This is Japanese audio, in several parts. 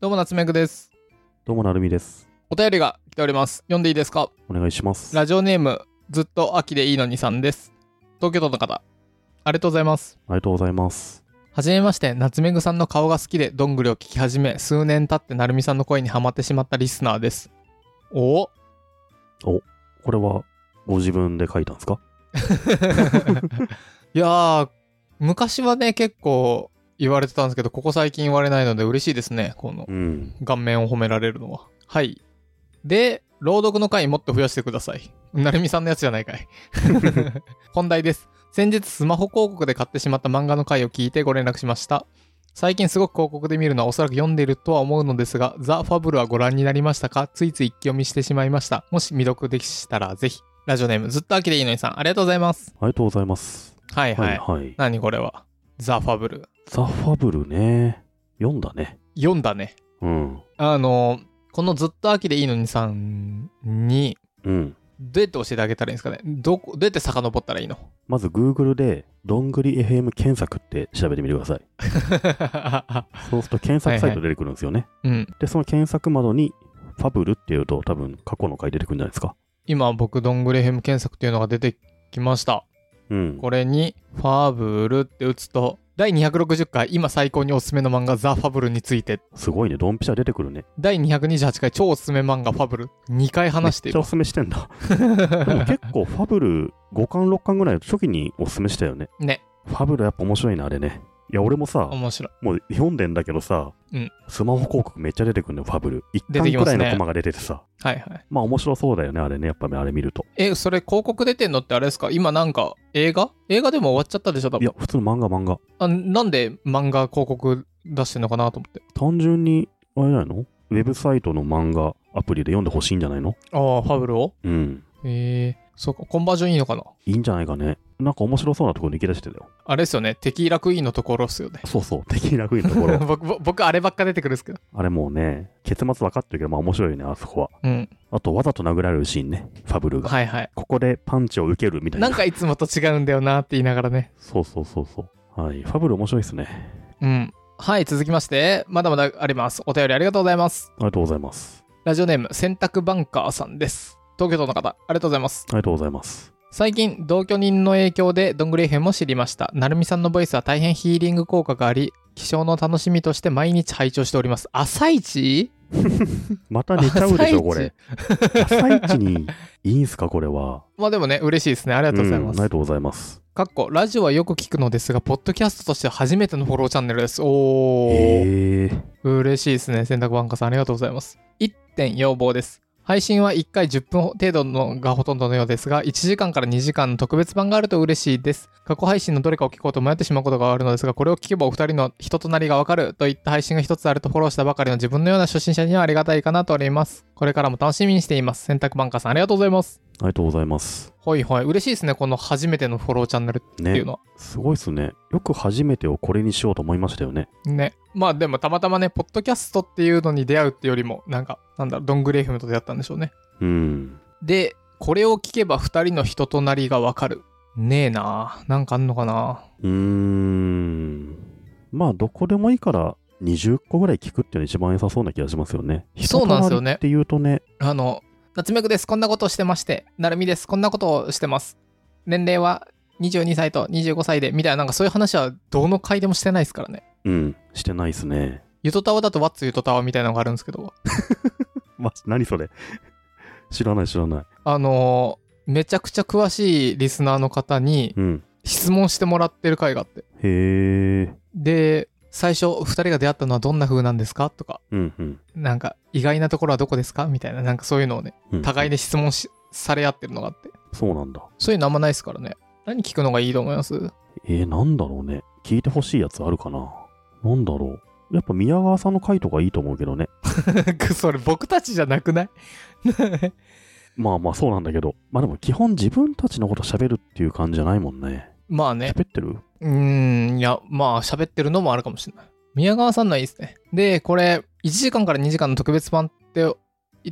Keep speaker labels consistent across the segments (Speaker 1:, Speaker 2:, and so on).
Speaker 1: どうも、夏目くです。
Speaker 2: どうもなるみです。
Speaker 1: お便りが来ております。読んでいいですか
Speaker 2: お願いします。あ
Speaker 1: ラジオネーム、ずっと秋でいいのにさんです。東京都の方、ありがとうございます。
Speaker 2: りがとうございます。
Speaker 1: はじめまして、夏目ぐさんの顔が好きでどんぐりを聞き始め、数年経ってなるみさんの声にハマってしまったリスナーです。おお
Speaker 2: これはご自分で書いたんですか
Speaker 1: いやー、昔はね、結構言われてたんですけど、ここ最近言われないので嬉しいですね、この
Speaker 2: うん。
Speaker 1: 顔面を褒められるのは。はい。で、朗読の回もっと増やしてください。なるみさんのやつじゃない かい。本題です。先日スマホ広告で買ってしまった漫画の回を聞いてご連絡しました。最近すごく広告で見るのはおそらく読んでいるとは思うのですが、ザ・ファブルはご覧になりましたかついつい一気読みしてしまいました。もし未読でしたらぜひ。ラジオネームずっと秋でいいのにさん、ありがとうございます。
Speaker 2: ありがとうございます。
Speaker 1: はいはい。
Speaker 2: はい。
Speaker 1: 何これは。ザ・ファブル。
Speaker 2: ザ・ファブルね。読んだね。
Speaker 1: 読んだね。
Speaker 2: うん。
Speaker 1: あの、このずっと秋でいいのにさんに、
Speaker 2: うん。
Speaker 1: どうやって教えてあげたらいいんですかねどこどうやって遡ったら いいの
Speaker 2: まず Google で、どんぐり FM 検索って調べてみてください。そうすると検索サイト出てくるんですよね。
Speaker 1: うん。
Speaker 2: で、その検索窓に、ファブルっていうと多分過去の回出てくるんじゃないですか。
Speaker 1: 今僕、どんぐりヘム検索というのが出てきました。
Speaker 2: うん。
Speaker 1: これに、ファブルって打つと、第260回、今最高におすすめの漫画、ザ・ファブルについて、
Speaker 2: すごいね。ドンピシャ出てくるね。
Speaker 1: 第228回、超おすすめ漫画、ファブル、2回話してい
Speaker 2: めっちゃ
Speaker 1: る
Speaker 2: お。すすめしてんだ。でも結構ファブル5巻6巻ぐらいの初期におすすめしたよね。
Speaker 1: ね。
Speaker 2: ファブルやっぱ面白いな、あれね。いや、俺もさ、
Speaker 1: 面白い。
Speaker 2: もう読んでんだけどさ、
Speaker 1: うん
Speaker 2: スマホ広告めっちゃ出てくるのよ、ファブル。一
Speaker 1: 出て
Speaker 2: 巻
Speaker 1: きま
Speaker 2: くら
Speaker 1: すね
Speaker 2: いのコマが出ててさ。
Speaker 1: はいはい。
Speaker 2: まあ面白そうだよね、あれね。やっぱね、あれ見ると。
Speaker 1: え、それ広告出てんのってあれですか今なんか映画映画でも終わっちゃったでしょ多
Speaker 2: い
Speaker 1: 分
Speaker 2: や、普通の漫画漫画。
Speaker 1: あ。なんで漫画広告出してんのかなと思って。
Speaker 2: 単純に、あれじゃないのウェブサイトの漫画アプリで読んでほしいんじゃないの
Speaker 1: ああ、ファブルを
Speaker 2: うん。
Speaker 1: ええそうか、コンバージョンいいのかない
Speaker 2: いんじゃないかね。なんか面白そうなところ抜け出してたよ。
Speaker 1: あれですよね、テキーラクイーンのところっすよね。
Speaker 2: そうそう、敵に楽いところ。
Speaker 1: 僕、ぼ僕、あればっか出てくるんですけど。
Speaker 2: あれもうね、結末分かってるけど、まあ面白いよね、あそこは。
Speaker 1: うん。
Speaker 2: あと、わざと殴られるシーンね、ファブルが。
Speaker 1: はいはい。
Speaker 2: ここでパンチを受けるみたい
Speaker 1: な
Speaker 2: な。
Speaker 1: んかいつもと違うんだよなって言いながらね。
Speaker 2: そうそうそうそう。はい。ファブル面白いですね。
Speaker 1: うん。はい、続きまして、まだまだあります。お便りありがとうございます。
Speaker 2: ありがとうございます。
Speaker 1: ラジオネーム、洗濯バンカーさんです。東京都の方、ありがとうございます。
Speaker 2: ありがとうございます。
Speaker 1: 最近、同居人の影響で、どんぐり編も知りました。なるみさんのボイスは大変ヒーリング効果があり、起床の楽しみとして毎日拝聴しております。朝一
Speaker 2: また寝ちゃうでしょ、こ
Speaker 1: 朝一
Speaker 2: れ。朝一に、いいんすか、これは。
Speaker 1: まあでもね、嬉しいですね。あり
Speaker 2: あ
Speaker 1: がとうございま
Speaker 2: あり
Speaker 1: す
Speaker 2: が。とうございます。
Speaker 1: かっこラジオはよく聞くのですが、ポッドキャストとしては初めてのフォローチャンネルです。おー、
Speaker 2: へえー。
Speaker 1: 嬉しいですね。洗濯バンカーさん、ありがとうございます。1点要望です。配信は1回10分程度のがほとんどのようですが、1時間から2時間の特別版があると嬉しいです。過去配信のどれかを聞こうと迷ってしまうことがあるのですが、これを聞けばお二人の人となりがわかるといった配信が一つあるとフォローしたばかりの自分のような初心者にはありがたいかなと思います。これからも楽しみにしています。洗濯バンカーさん、ありがとうございます。
Speaker 2: ありがとうございます。
Speaker 1: はいはい。嬉しいですね。この初めてのフォローチャンネルっていう
Speaker 2: ね
Speaker 1: の。は。
Speaker 2: すごいっすね。よく初めてをこれにしようと思いましたよね。
Speaker 1: ね。まあでもたまたまね、ポッドキャストっていうのに出会うってよりも、なんか、なんだろう、ドングレーフムと出会ったんでしょうね。
Speaker 2: うん。
Speaker 1: で、これを聞けば2人の人となりがわかる。ねえななんかあんのかな
Speaker 2: うーん。まあ、どこでもいいから、20個ぐらい聞くっていうのが一番良さそうな気がしますよね。
Speaker 1: そうなんですよね
Speaker 2: 人となりっていうとね、
Speaker 1: あの、夏目くです。こんなことをしてまして。なるみです。こんなことをしてます。年齢は22歳と25歳で、みたいな、なんかそういう話はどの回でもしてないですからね。
Speaker 2: うん、してないっすね。
Speaker 1: ゆとたわだとワッツゆとたわみたいなのがあるんですけど、
Speaker 2: まあ、何それ。 知らない知らない。
Speaker 1: あのーめちゃくちゃ詳しいリスナーの方に
Speaker 2: うん。
Speaker 1: 質問してもらってる回があって。
Speaker 2: へえ。
Speaker 1: で最初2人が出会ったのはどんな風なんですかとか
Speaker 2: うんうん
Speaker 1: なんか意外なところはどこですかみたいななんかそういうのをね
Speaker 2: うん。
Speaker 1: 互いで質問しされ合ってるのがあって
Speaker 2: そうなんだ。
Speaker 1: そういうのあんまないですからね何聞くのがいいと思います
Speaker 2: えー、なんだろうね。聞いてほしいやつあるかな。なんだろう。やっぱ宮川さんの回とかいいと思うけどね。
Speaker 1: それ僕たちじゃなくない
Speaker 2: まあまあそうなんだけど。まあでも基本自分たちのこと喋るっていう感じじゃないもんね。
Speaker 1: まあね
Speaker 2: 喋ってる
Speaker 1: うーんいやまあ喋ってるのもあるかもしれない宮川さんのはいいですねでこれ1時間から2時間の特別版って言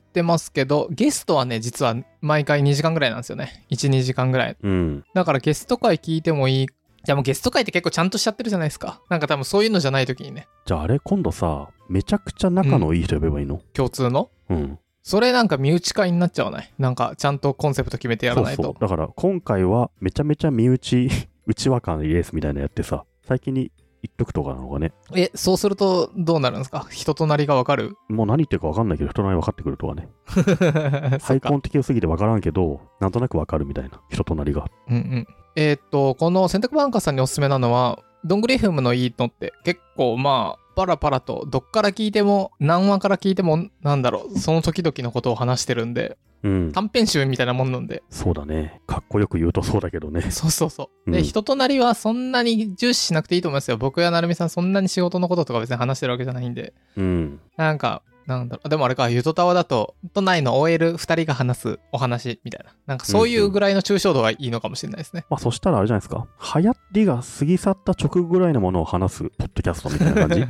Speaker 1: ってますけどゲストはね実は毎回2時間ぐらいなんですよね12時間ぐらい
Speaker 2: うん。
Speaker 1: だからゲスト回聞いてもいいじゃあもうゲスト会って結構ちゃんとしちゃってるじゃないですか。なんか多分そういうのじゃない時にね、
Speaker 2: じゃああれ今度さ、めちゃくちゃ仲のいい人呼べばいいの
Speaker 1: 共通の。
Speaker 2: うん。
Speaker 1: それなんか身内会になっちゃわないなんかちゃんとコンセプト決めてやらないと。
Speaker 2: そうそう。だから今回はめちゃめちゃ身内、 内輪感レースみたいなのやってさ、最近に言っとくとかなのかね。
Speaker 1: え、そうするとどうなるんですか人となりがわか る
Speaker 2: もう何言ってるか分かんないけど、人のり分かってくるとかね。ハ
Speaker 1: そっ
Speaker 2: イ
Speaker 1: か
Speaker 2: コ。ン的良すぎて分からんけど、なんとなく分かるみたいな、人となりが。
Speaker 1: うんうん。えーっと、この洗濯バンカーさんにおすすめなのは、どんぐり FM のいいのって結構まあ、パラパラとどっから聞いても何話から聞いてもなんだろうその時々のことを話してるんで
Speaker 2: うん。
Speaker 1: 短編集みたいなもんなんで
Speaker 2: そうだね。かっこよく言うとそうだけどね。
Speaker 1: そうそうそう。で、
Speaker 2: うん
Speaker 1: 人となりはそんなに重視しなくていいと思いますよ。僕やなるみさん、そんなに仕事のこととか別に話してるわけじゃないんで。
Speaker 2: うん。
Speaker 1: なんか、なんだろう。でもあれか、ゆとたわだと、都内の OL2 人が話すお話みたいな。なんかそういうぐらいの抽象度がいいのかもしれないですね。
Speaker 2: まあそしたらあれじゃないですか。流行りが過ぎ去った直後ぐらいのものを話す、ポッドキャストみたい な感じ。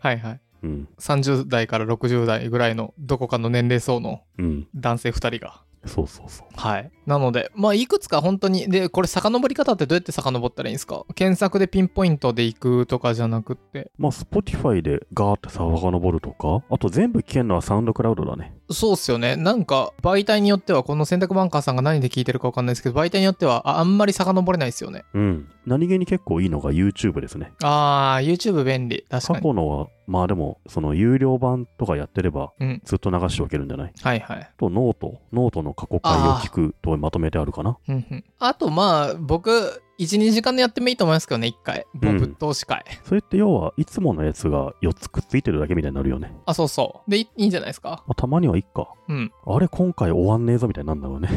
Speaker 1: はいはい。
Speaker 2: うん。
Speaker 1: 30代から60代ぐらいのどこかの年齢層の
Speaker 2: うん。
Speaker 1: 男性2人が。
Speaker 2: そうそうそう。
Speaker 1: はい。なので、まあ、いくつか本当に、で、これ遡り方ってどうやって遡ったらいいんですか検索でピンポイントで行くとかじゃなくって。
Speaker 2: まあ、Spotify でガーってさ、遡るとか、あと全部聞けるのはサウンドクラウドだね。
Speaker 1: そうっすよね。なんか、媒体によっては、この洗濯バンカーさんが何で聞いてるかわかんないですけど、媒体によっては、ああんまり遡れないですよね。
Speaker 2: うん。何気に結構いいのが YouTube ですね。
Speaker 1: あー、YouTube 便利。確か
Speaker 2: 過
Speaker 1: に。
Speaker 2: 去のは、まあでも、その有料版とかやってれば、
Speaker 1: うん。
Speaker 2: ずっと流しておけるんじゃない
Speaker 1: はいはい。
Speaker 2: あと、ノート。ノートの過去回を聞くとまとめてあるかな。
Speaker 1: うんうん。あと、まあ、僕、1、2時間でやってもいいと思いますけどね、1回。もうぶっ通し会。
Speaker 2: それって要は、いつものやつが4つくっついてるだけみたいになるよね。
Speaker 1: あ、そうそう。で、いいいんじゃないですか。
Speaker 2: まあ、たまにはいっか。
Speaker 1: うん。
Speaker 2: あれ、今回終わんねえぞみたいになるんだろうね。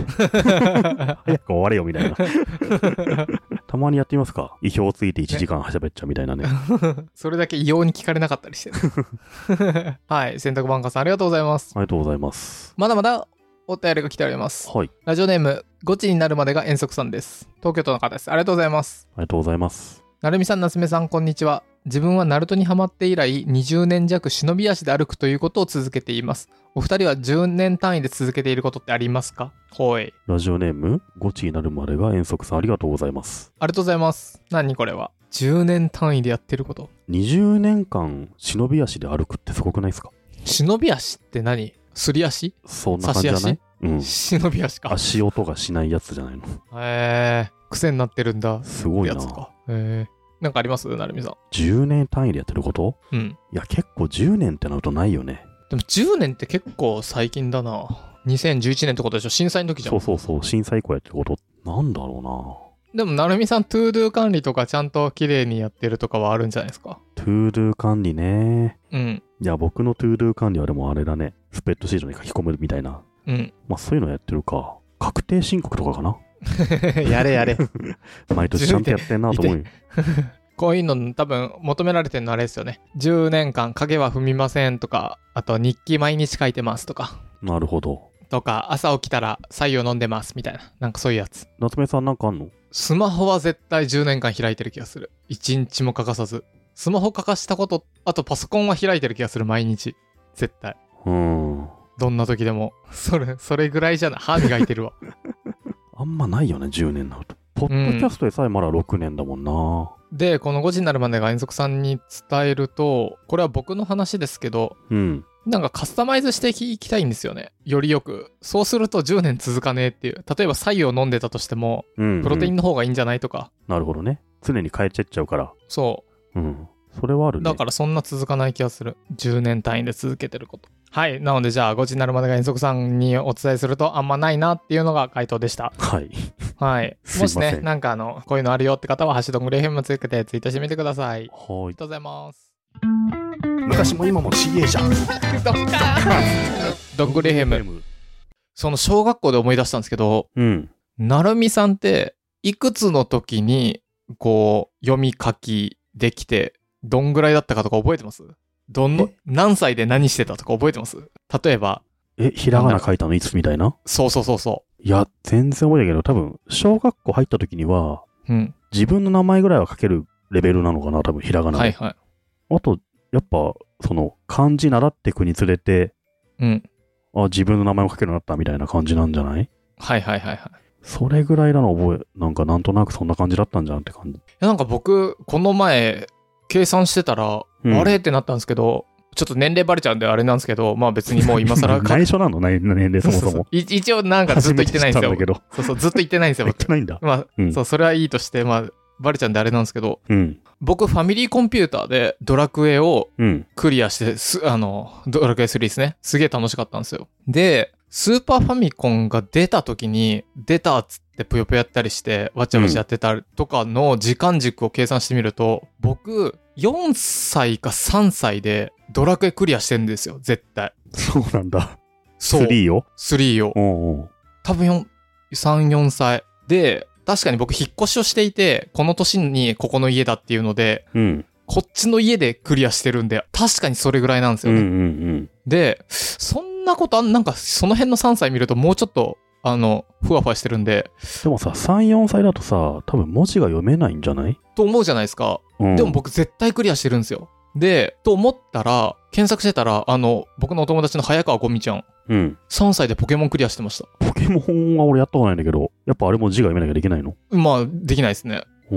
Speaker 2: 早く終われよみたいな。たまにやってみますか。意表をついて1時間はしゃべっちゃうみたいなね。
Speaker 1: それだけ異様に聞かれなかったりして る。はい。洗濯バンカーさん、ありがとうございます。
Speaker 2: ありがとうございます。
Speaker 1: まだまだ、お便りが来ております。
Speaker 2: はい。
Speaker 1: ラジオネーム、ゴチになるまでが遠足さんです。東京都の方です。ありがとうございます。
Speaker 2: ありがとうございます。
Speaker 1: なるみさん、なすめさん、こんにちは。自分はナルトにハマって以来、20年弱忍び足で歩くということを続けています。お二人は10年単位で続けていることってありますかほい。
Speaker 2: ラジオネーム、ゴチになるまでが遠足さんありがとうございます。
Speaker 1: ありがとうございます。何これは。10年単位でやってること。
Speaker 2: 20年間、忍び足で歩くってすごくないですか
Speaker 1: 忍び足って何すり足、
Speaker 2: そんな感じじゃないうん。
Speaker 1: 忍び足か。
Speaker 2: 足音がしないやつじゃないの。
Speaker 1: へえ。癖になってるんだ。
Speaker 2: すごい
Speaker 1: や
Speaker 2: な
Speaker 1: つ。か。へえ。なんかありますなるみさん。
Speaker 2: 10年単位でやってること
Speaker 1: うん。
Speaker 2: いや、結構10年ってなるとないよね。
Speaker 1: でも10年って結構最近だな。2011年ってことでしょ震災の時じゃ
Speaker 2: そ
Speaker 1: ん
Speaker 2: う。そうそう、震災以降やってること、なんだろ
Speaker 1: でも、なるみさん、トゥードゥ管理とかちゃんと綺麗にやってるとかはあるんじゃないですか
Speaker 2: うな。トゥードゥ管理ね。
Speaker 1: うん。
Speaker 2: いや、僕のトゥードゥ管理はでもあれだね。スペッドシートに書き込むみたいな。
Speaker 1: うん。
Speaker 2: まあ、そういうのやってるか。確定申告とかかな
Speaker 1: やれやれ。
Speaker 2: 毎年ちゃんとやってんなと思うよ。
Speaker 1: こういうの多分求められてるのあれですよね。10年間影は踏みませんとか、あと日記毎日書いてますとか、
Speaker 2: なるほど。
Speaker 1: とか朝起きたら白湯飲んでますみたいな、なんかそういうやつ。
Speaker 2: 夏目さんなんかあんの
Speaker 1: スマホは絶対10年間開いてる気がする。1日も欠かさず。スマホ欠かしたこと、あとパソコンは開いてる気がする、毎日。絶対。
Speaker 2: うーん。
Speaker 1: どんな時でも。それ、それぐらいじゃない。歯磨いてるわ。
Speaker 2: あんまないよね、10年になると。 ポッドキャストでさえまだ6年だもんな。
Speaker 1: で、この5時になるまでが遠足さんに伝えると、これは僕の話ですけど、
Speaker 2: うん。
Speaker 1: なんかカスタマイズしていきたいんですよね。よりよく。そうすると10年続かねえっていう。例えば白湯を飲んでたとしても、
Speaker 2: うん、
Speaker 1: プロテイン
Speaker 2: うん
Speaker 1: の方がいいんじゃないとか。
Speaker 2: なるほどね。常に変えちゃっちゃうから。
Speaker 1: そ
Speaker 2: うん。それはある
Speaker 1: う。
Speaker 2: ね。
Speaker 1: だからそんな続かない気がする。10年単位で続けてること。はい。なのでじゃあ5時になるまでが遠足さんにお伝えするとあんまないなっていうのが回答でした。
Speaker 2: はい。
Speaker 1: はい。
Speaker 2: すい
Speaker 1: も
Speaker 2: ま
Speaker 1: し
Speaker 2: せん
Speaker 1: ね、なんかあの、こういうのあるよって方は、ハッシュドグレーヘムつけてツイートしてみてください。
Speaker 2: は
Speaker 1: あり
Speaker 2: い。
Speaker 1: がとうございます。
Speaker 2: 昔も今も CA じゃん。
Speaker 1: ドッグレヘム。その小学校で思い出したんですけど、
Speaker 2: うん。
Speaker 1: なるみさんって、いくつの時に、こう、読み書きできて、どんぐらいだったかとか覚えてますどの、何歳で何してたとか覚えてます例えば、
Speaker 2: え、ひらがな書いたのいつみたいな
Speaker 1: そうそうそうそ
Speaker 2: いや、全然覚えてないけど、多分、小学校入った時には、
Speaker 1: う。うん。
Speaker 2: 自分の名前ぐらいは書けるレベルなのかな、多分、ひらがなで。
Speaker 1: はいはい。
Speaker 2: あと、やっぱ、その、漢字習っていくにつれて、
Speaker 1: うん。
Speaker 2: あ、自分の名前を書けるようになったみたいな感じなんじゃない
Speaker 1: はいはいはいはい。
Speaker 2: それぐらいなの覚え、なんかなんとなくそんな感じだったんじゃんって感じ。
Speaker 1: やなんか僕、この前、計算してたら、
Speaker 2: うん
Speaker 1: あれってなったんですけど、ちょっと年齢バレちゃうんであれなんですけど、まあ別にもう今更か
Speaker 2: 内緒なのね年齢そも
Speaker 1: そう
Speaker 2: そ
Speaker 1: そう
Speaker 2: も。
Speaker 1: い一応なんかずっと言ってないんです
Speaker 2: 初
Speaker 1: よ
Speaker 2: め。て知ったんだ
Speaker 1: そうそう、ずっと言ってないんです
Speaker 2: けど。
Speaker 1: よ、
Speaker 2: 言 っ
Speaker 1: 僕
Speaker 2: て。ないんだ。
Speaker 1: まあ、
Speaker 2: うん
Speaker 1: そう、それはいいとして、まあ、バレちゃうんであれなんですけど、
Speaker 2: うん。
Speaker 1: 僕、ファミリーコンピューターでドラクエを
Speaker 2: うん。
Speaker 1: クリアして、すあの、ドラクエ3ですね。すげえ楽しかったんですよ。で、スーパーファミコンが出た時に、出たっつってぷよぷよやったりして、わちゃわちゃやってたとかの時間軸を計算してみると、僕、4歳か3歳でドラクエクリアしてんですよ、絶対。
Speaker 2: そうなんだ。
Speaker 1: そう。
Speaker 2: 3よ。
Speaker 1: 3を。
Speaker 2: おうおう
Speaker 1: 多分4 3、4歳。で、確かに僕引っ越しをしていて、この年にここの家だっていうので、
Speaker 2: うん。
Speaker 1: こっちの家でクリアしてるんで、確かにそれぐらいなんです
Speaker 2: うん
Speaker 1: よ
Speaker 2: う
Speaker 1: ね。
Speaker 2: ん
Speaker 1: で、そんなことあん、なんかその辺の3歳見るともうちょっと、あの、ふわふわしてるんで、
Speaker 2: うん。でもさ、3、4歳だとさ、多分文字が読めないんじゃない
Speaker 1: と思うじゃないですか。
Speaker 2: うん。
Speaker 1: でも僕絶対クリアしてるんですよ。で、と思ったら、検索してたら、あの、僕のお友達の早川ゴミちゃん、
Speaker 2: うん。
Speaker 1: 3歳でポケモンクリアしてました。
Speaker 2: ポケモンは俺やったことないんだけど、やっぱあれも字が読めなきゃできないの
Speaker 1: まあ、できないですね。
Speaker 2: お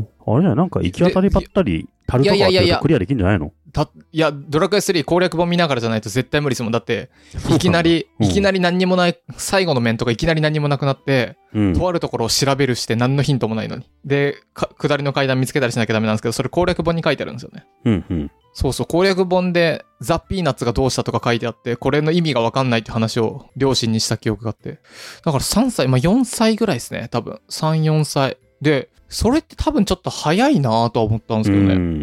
Speaker 2: ー。あれじゃないなんか行き当たりばったり、樽とか当
Speaker 1: いやいやいやい
Speaker 2: てる
Speaker 1: や
Speaker 2: とクリアできんじゃないの
Speaker 1: た、いや、ドラクエ3攻略本見ながらじゃないと絶対無理ですもん。だって、いきな、り、
Speaker 2: うん
Speaker 1: いきなり何にもない、最後の面とかいきなり何にもなくなって、
Speaker 2: そうなんだうん、
Speaker 1: とあるところを調べるして何のヒントもないのに。で、か下りの階段見つけたりしなきゃダメなんですけど、それ攻略本に書いてあるんですよね。
Speaker 2: うんうん。
Speaker 1: そうそう、攻略本でザ・ピーナッツがどうしたとか書いてあって、これの意味がわかんないって話を両親にした記憶があって。だから3歳、まあ4歳ぐらいですね、多分。3、4歳。で、それって多分ちょっと早いなぁとは思ったんですけどね。
Speaker 2: うん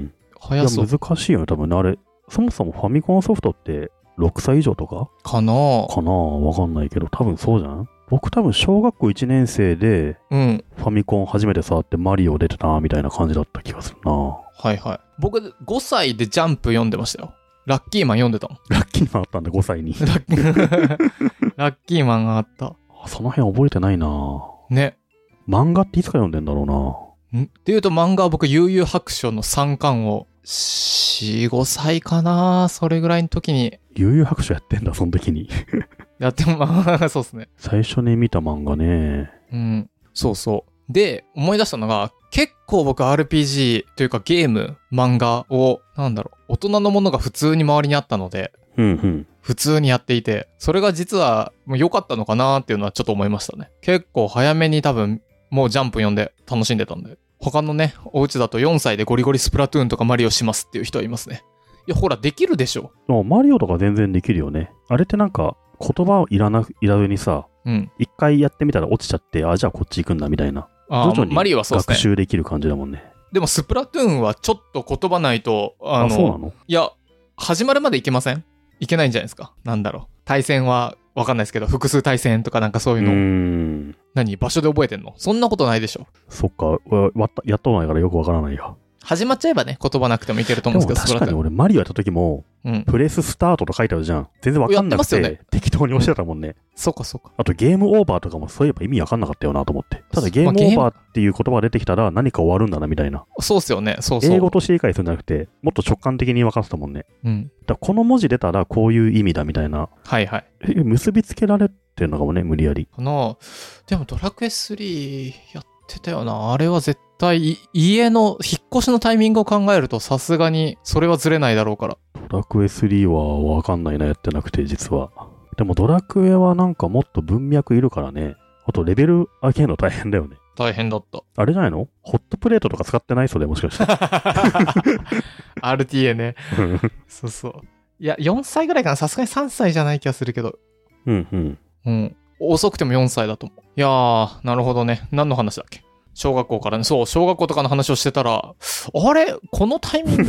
Speaker 2: いや
Speaker 1: 早そう
Speaker 2: 難しいよね、多分ね。あれ、そもそもファミコンソフトって6歳以上とか
Speaker 1: かなぁ。
Speaker 2: かなわかんないけど、多分そうじゃん僕多分小学校1年生で
Speaker 1: うん。
Speaker 2: ファミコン初めて触ってマリオ出てたなみたいな感じだった気がするな
Speaker 1: はいはい。僕、5歳でジャンプ読んでましたよ。ラッキーマン読んでたもん。
Speaker 2: ラッキーマンあったんだ、5 歳に。
Speaker 1: ラッキー ラッキーマンがあった。
Speaker 2: その辺覚えてないな
Speaker 1: ね。
Speaker 2: 漫画っていつから読んでんだろうなん
Speaker 1: っていうと漫画は僕、悠々白書の3巻を、4、5歳かなそれぐらいの時に
Speaker 2: 悠々白書やってんだ、その時に。
Speaker 1: やっても、まあ、そう ですね。
Speaker 2: 最初に見た漫画ね。
Speaker 1: うん。そうそう。で、思い出したのが、結構僕 RPG というかゲーム、漫画を、なんだろう、大人のものが普通に周りにあったので、
Speaker 2: うんうん。
Speaker 1: 普通にやっていて、それが実はもう良かったのかなっていうのはちょっと思いましたね。結構早めに多分もうジャンプ読んで楽しんでたんで。他のね、お家だと4歳でゴリゴリスプラトゥーンとかマリオしますっていう人はいますね。いや、ほら、できるでしょ。
Speaker 2: でもマリオとか全然できるよね。あれってなんか、言葉をいらなく、いらずにさ、
Speaker 1: うん。
Speaker 2: 一回やってみたら落ちちゃって、あ、じゃあこっち行くんだみたいな。
Speaker 1: あ
Speaker 2: 徐々
Speaker 1: ー
Speaker 2: に
Speaker 1: マリオはそうで
Speaker 2: 学
Speaker 1: すね。
Speaker 2: 習できる感じだもんね。
Speaker 1: でもスプラトゥーンはちょっと言葉ないと、あ
Speaker 2: あ
Speaker 1: の、
Speaker 2: そうなの
Speaker 1: いや、始まるまでいけませんいけないんじゃないですか。なんだろう。対戦はわかんないですけど、複数対戦とかなんかそう
Speaker 2: う
Speaker 1: いうの、
Speaker 2: ーん。
Speaker 1: 何場所で覚えてんのそんなことないでしょ。
Speaker 2: そっか、わわったやったことないからよくわからないや。
Speaker 1: 始まっちゃえばね、言葉なくてもいけると
Speaker 2: で
Speaker 1: 思う
Speaker 2: も
Speaker 1: んですけど、スプラ
Speaker 2: 確か
Speaker 1: トゥーン
Speaker 2: に俺、マリオやった時も、
Speaker 1: うん。
Speaker 2: プレススタートと書いてあるじゃん。全然わかんなくて、
Speaker 1: やってますよ
Speaker 2: 適当に押してたもんね。
Speaker 1: そうかそうか。
Speaker 2: あと、ゲームオーバーとかもそういえば意味わかんなかったよなと思って。
Speaker 1: まあ
Speaker 2: ただ、ゲームオ
Speaker 1: ゲー
Speaker 2: ー
Speaker 1: ム
Speaker 2: バーっていう言葉が出てきたら何か終わるんだなみたいな。
Speaker 1: そうっすよね。そうそう。
Speaker 2: 英語として理解するんじゃなくて、もっと直感的に分かってたもんね。
Speaker 1: うん。
Speaker 2: だからこの文字出たらこういう意味だみたいな。
Speaker 1: はいはい。
Speaker 2: え結びつけられてるのかもね、無理やり。
Speaker 1: あの、でもドラクエ3やってたよな。あれは絶対、い家の引っ越しのタイミングを考えるとさすがにそれはずれないだろうから。
Speaker 2: ドラクエ3はわかんないな、やってなくて、実は。でもドラクエはなんかもっと文脈いるからね。あとレベル上げるの大変だよね。
Speaker 1: 大変だった。
Speaker 2: あれじゃないのホットプレートとか使ってないそれもしかして。
Speaker 1: RTA ね。
Speaker 2: うん
Speaker 1: そうそう。いや、4歳ぐらいかな。さすがに3歳じゃない気がするけど。
Speaker 2: うんうん。
Speaker 1: うん。遅くても4歳だと思う。いやー、なるほどね。何の話だっけ小学校からね。そう、小学校とかの話をしてたら、あれこのタイミン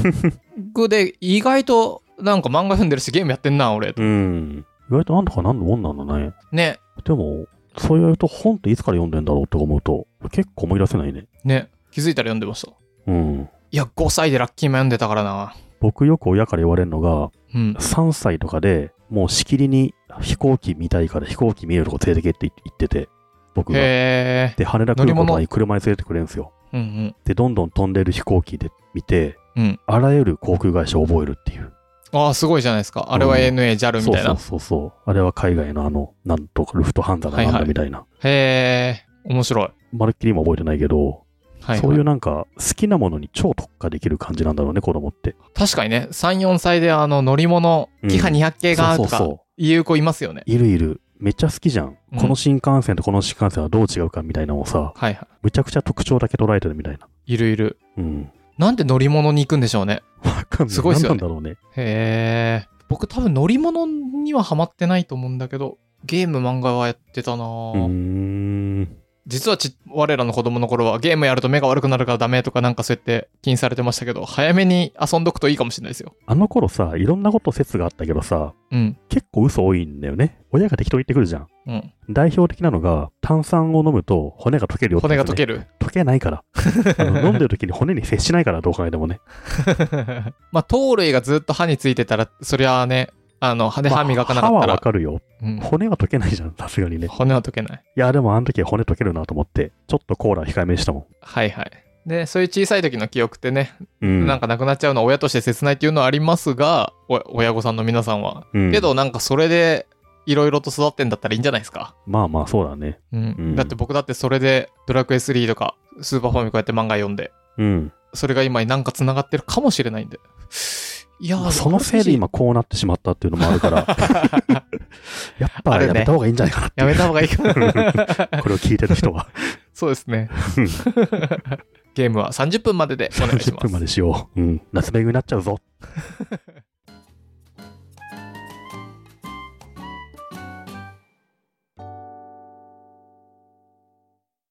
Speaker 1: グで意外となんか漫画読んでるしゲームやってんな、俺。
Speaker 2: うん。意外となんとかなんのもんなんだね。
Speaker 1: ね、
Speaker 2: でも、そう言うと本っていつから読んでんだろうって思うと、結構思い出せないね。
Speaker 1: ね。気づいたら読んでました。
Speaker 2: うん。
Speaker 1: いや、5歳でラッキーマン読んでたからな。
Speaker 2: 僕よく親から言われるのが、
Speaker 1: うん。
Speaker 2: 3歳とかでもうしきりに飛行機見たいから飛行機見えるとこ連れてけって言ってて、僕が。
Speaker 1: へ
Speaker 2: で、羽田
Speaker 1: 乗り
Speaker 2: 空港
Speaker 1: 物
Speaker 2: とかに車に連れてくれるんですよ。
Speaker 1: ー。うん
Speaker 2: で、どんどん飛んでる飛行機で見て、
Speaker 1: うん。うん。
Speaker 2: あらゆる航空会社を覚えるっていう。
Speaker 1: ああ、すごいじゃないですか。あれは
Speaker 2: うん
Speaker 1: ANA、JAL みたいな。
Speaker 2: そうそうそうそう。あれは海外のあの、なんとかルフトハンザだなん
Speaker 1: はい
Speaker 2: だ
Speaker 1: はい
Speaker 2: みたいな。
Speaker 1: へえ、面白い。はい
Speaker 2: まるっきりも覚えてないけど、
Speaker 1: はい、
Speaker 2: そういうなんか好きなものに超特化できる感じなんだろうね、子供って。
Speaker 1: 確かにね、3、4歳であの乗り物、
Speaker 2: うん
Speaker 1: キハ200系が、
Speaker 2: そ
Speaker 1: と
Speaker 2: うそ
Speaker 1: か
Speaker 2: うそう。
Speaker 1: いう子いますよね。
Speaker 2: いるいる。めっちゃ好きじゃん。
Speaker 1: うん
Speaker 2: この新幹線とこの新幹線はどう違うかみたいなのをさ、
Speaker 1: はいは
Speaker 2: むちゃくちゃ特徴だけ捉えてるみたいな。
Speaker 1: い。いるいる。
Speaker 2: うん。
Speaker 1: なんで乗り物に行くんでしょうね。
Speaker 2: わかんない。
Speaker 1: すごいっすよね
Speaker 2: 何なんだろうね。
Speaker 1: へえ。僕多分乗り物にはハマってないと思うんだけど、ゲーム漫画はやってたなぁ、
Speaker 2: うーん。
Speaker 1: 実はち、我らの子供の頃はゲームやると目が悪くなるからダメとかなんかそうやって気にされてましたけど、早めに遊んどくといいかもしれないですよ。
Speaker 2: あの頃さ、いろんなこと説があったけどさ、
Speaker 1: うん。
Speaker 2: 結構嘘多いんだよね。親が適当言ってくるじゃん。
Speaker 1: うん。
Speaker 2: 代表的なのが、炭酸を飲むと骨が溶けるよって
Speaker 1: 骨が
Speaker 2: やつ
Speaker 1: 溶
Speaker 2: ね、
Speaker 1: ける。
Speaker 2: 溶けないから。あの飲んでる時に骨に接しないから、どう考えてもね。
Speaker 1: まあ、糖類がずっと歯についてたら、そりゃあね、あの、歯で
Speaker 2: まあ
Speaker 1: 歯磨かなかった
Speaker 2: 歯はわ
Speaker 1: ら、
Speaker 2: かるよ。
Speaker 1: うん、
Speaker 2: 骨は溶けないじゃん、さすがにね。
Speaker 1: 骨は溶けない。
Speaker 2: いや、でもあの時は骨溶けるなと思って、ちょっとコーラ控えめにしたも
Speaker 1: はいはい。で、そういう小さい時の記憶ってね、
Speaker 2: ん。うん。
Speaker 1: なんかなくなっちゃうのは親として切ないっていうのはありますが、お親御さんの皆さんは。
Speaker 2: うん
Speaker 1: けど、なんかそれで、いろいろと育ってんだったらいいんじゃないですか。
Speaker 2: まあまあ、そうだね。
Speaker 1: うん。
Speaker 2: うん
Speaker 1: だって僕だってそれで、ドラクエ3とか、スーパーファミコンやって漫画読んで、
Speaker 2: うん。
Speaker 1: それが今になんか繋がってるかもしれないんで。いやー、
Speaker 2: そのせいで今こうなってしまったっていうのもあ るから、やっ
Speaker 1: あ
Speaker 2: ぱ
Speaker 1: れね
Speaker 2: やめた方がいいんじゃない かなって
Speaker 1: や
Speaker 2: いう
Speaker 1: めた方がいい かな
Speaker 2: これを聞いてる人は、
Speaker 1: そうです ね
Speaker 2: うん。
Speaker 1: ゲームは30分まででお願いし
Speaker 2: 30
Speaker 1: ま
Speaker 2: 分
Speaker 1: す
Speaker 2: ま。でしよう。うん。夏目になっちゃうぞ。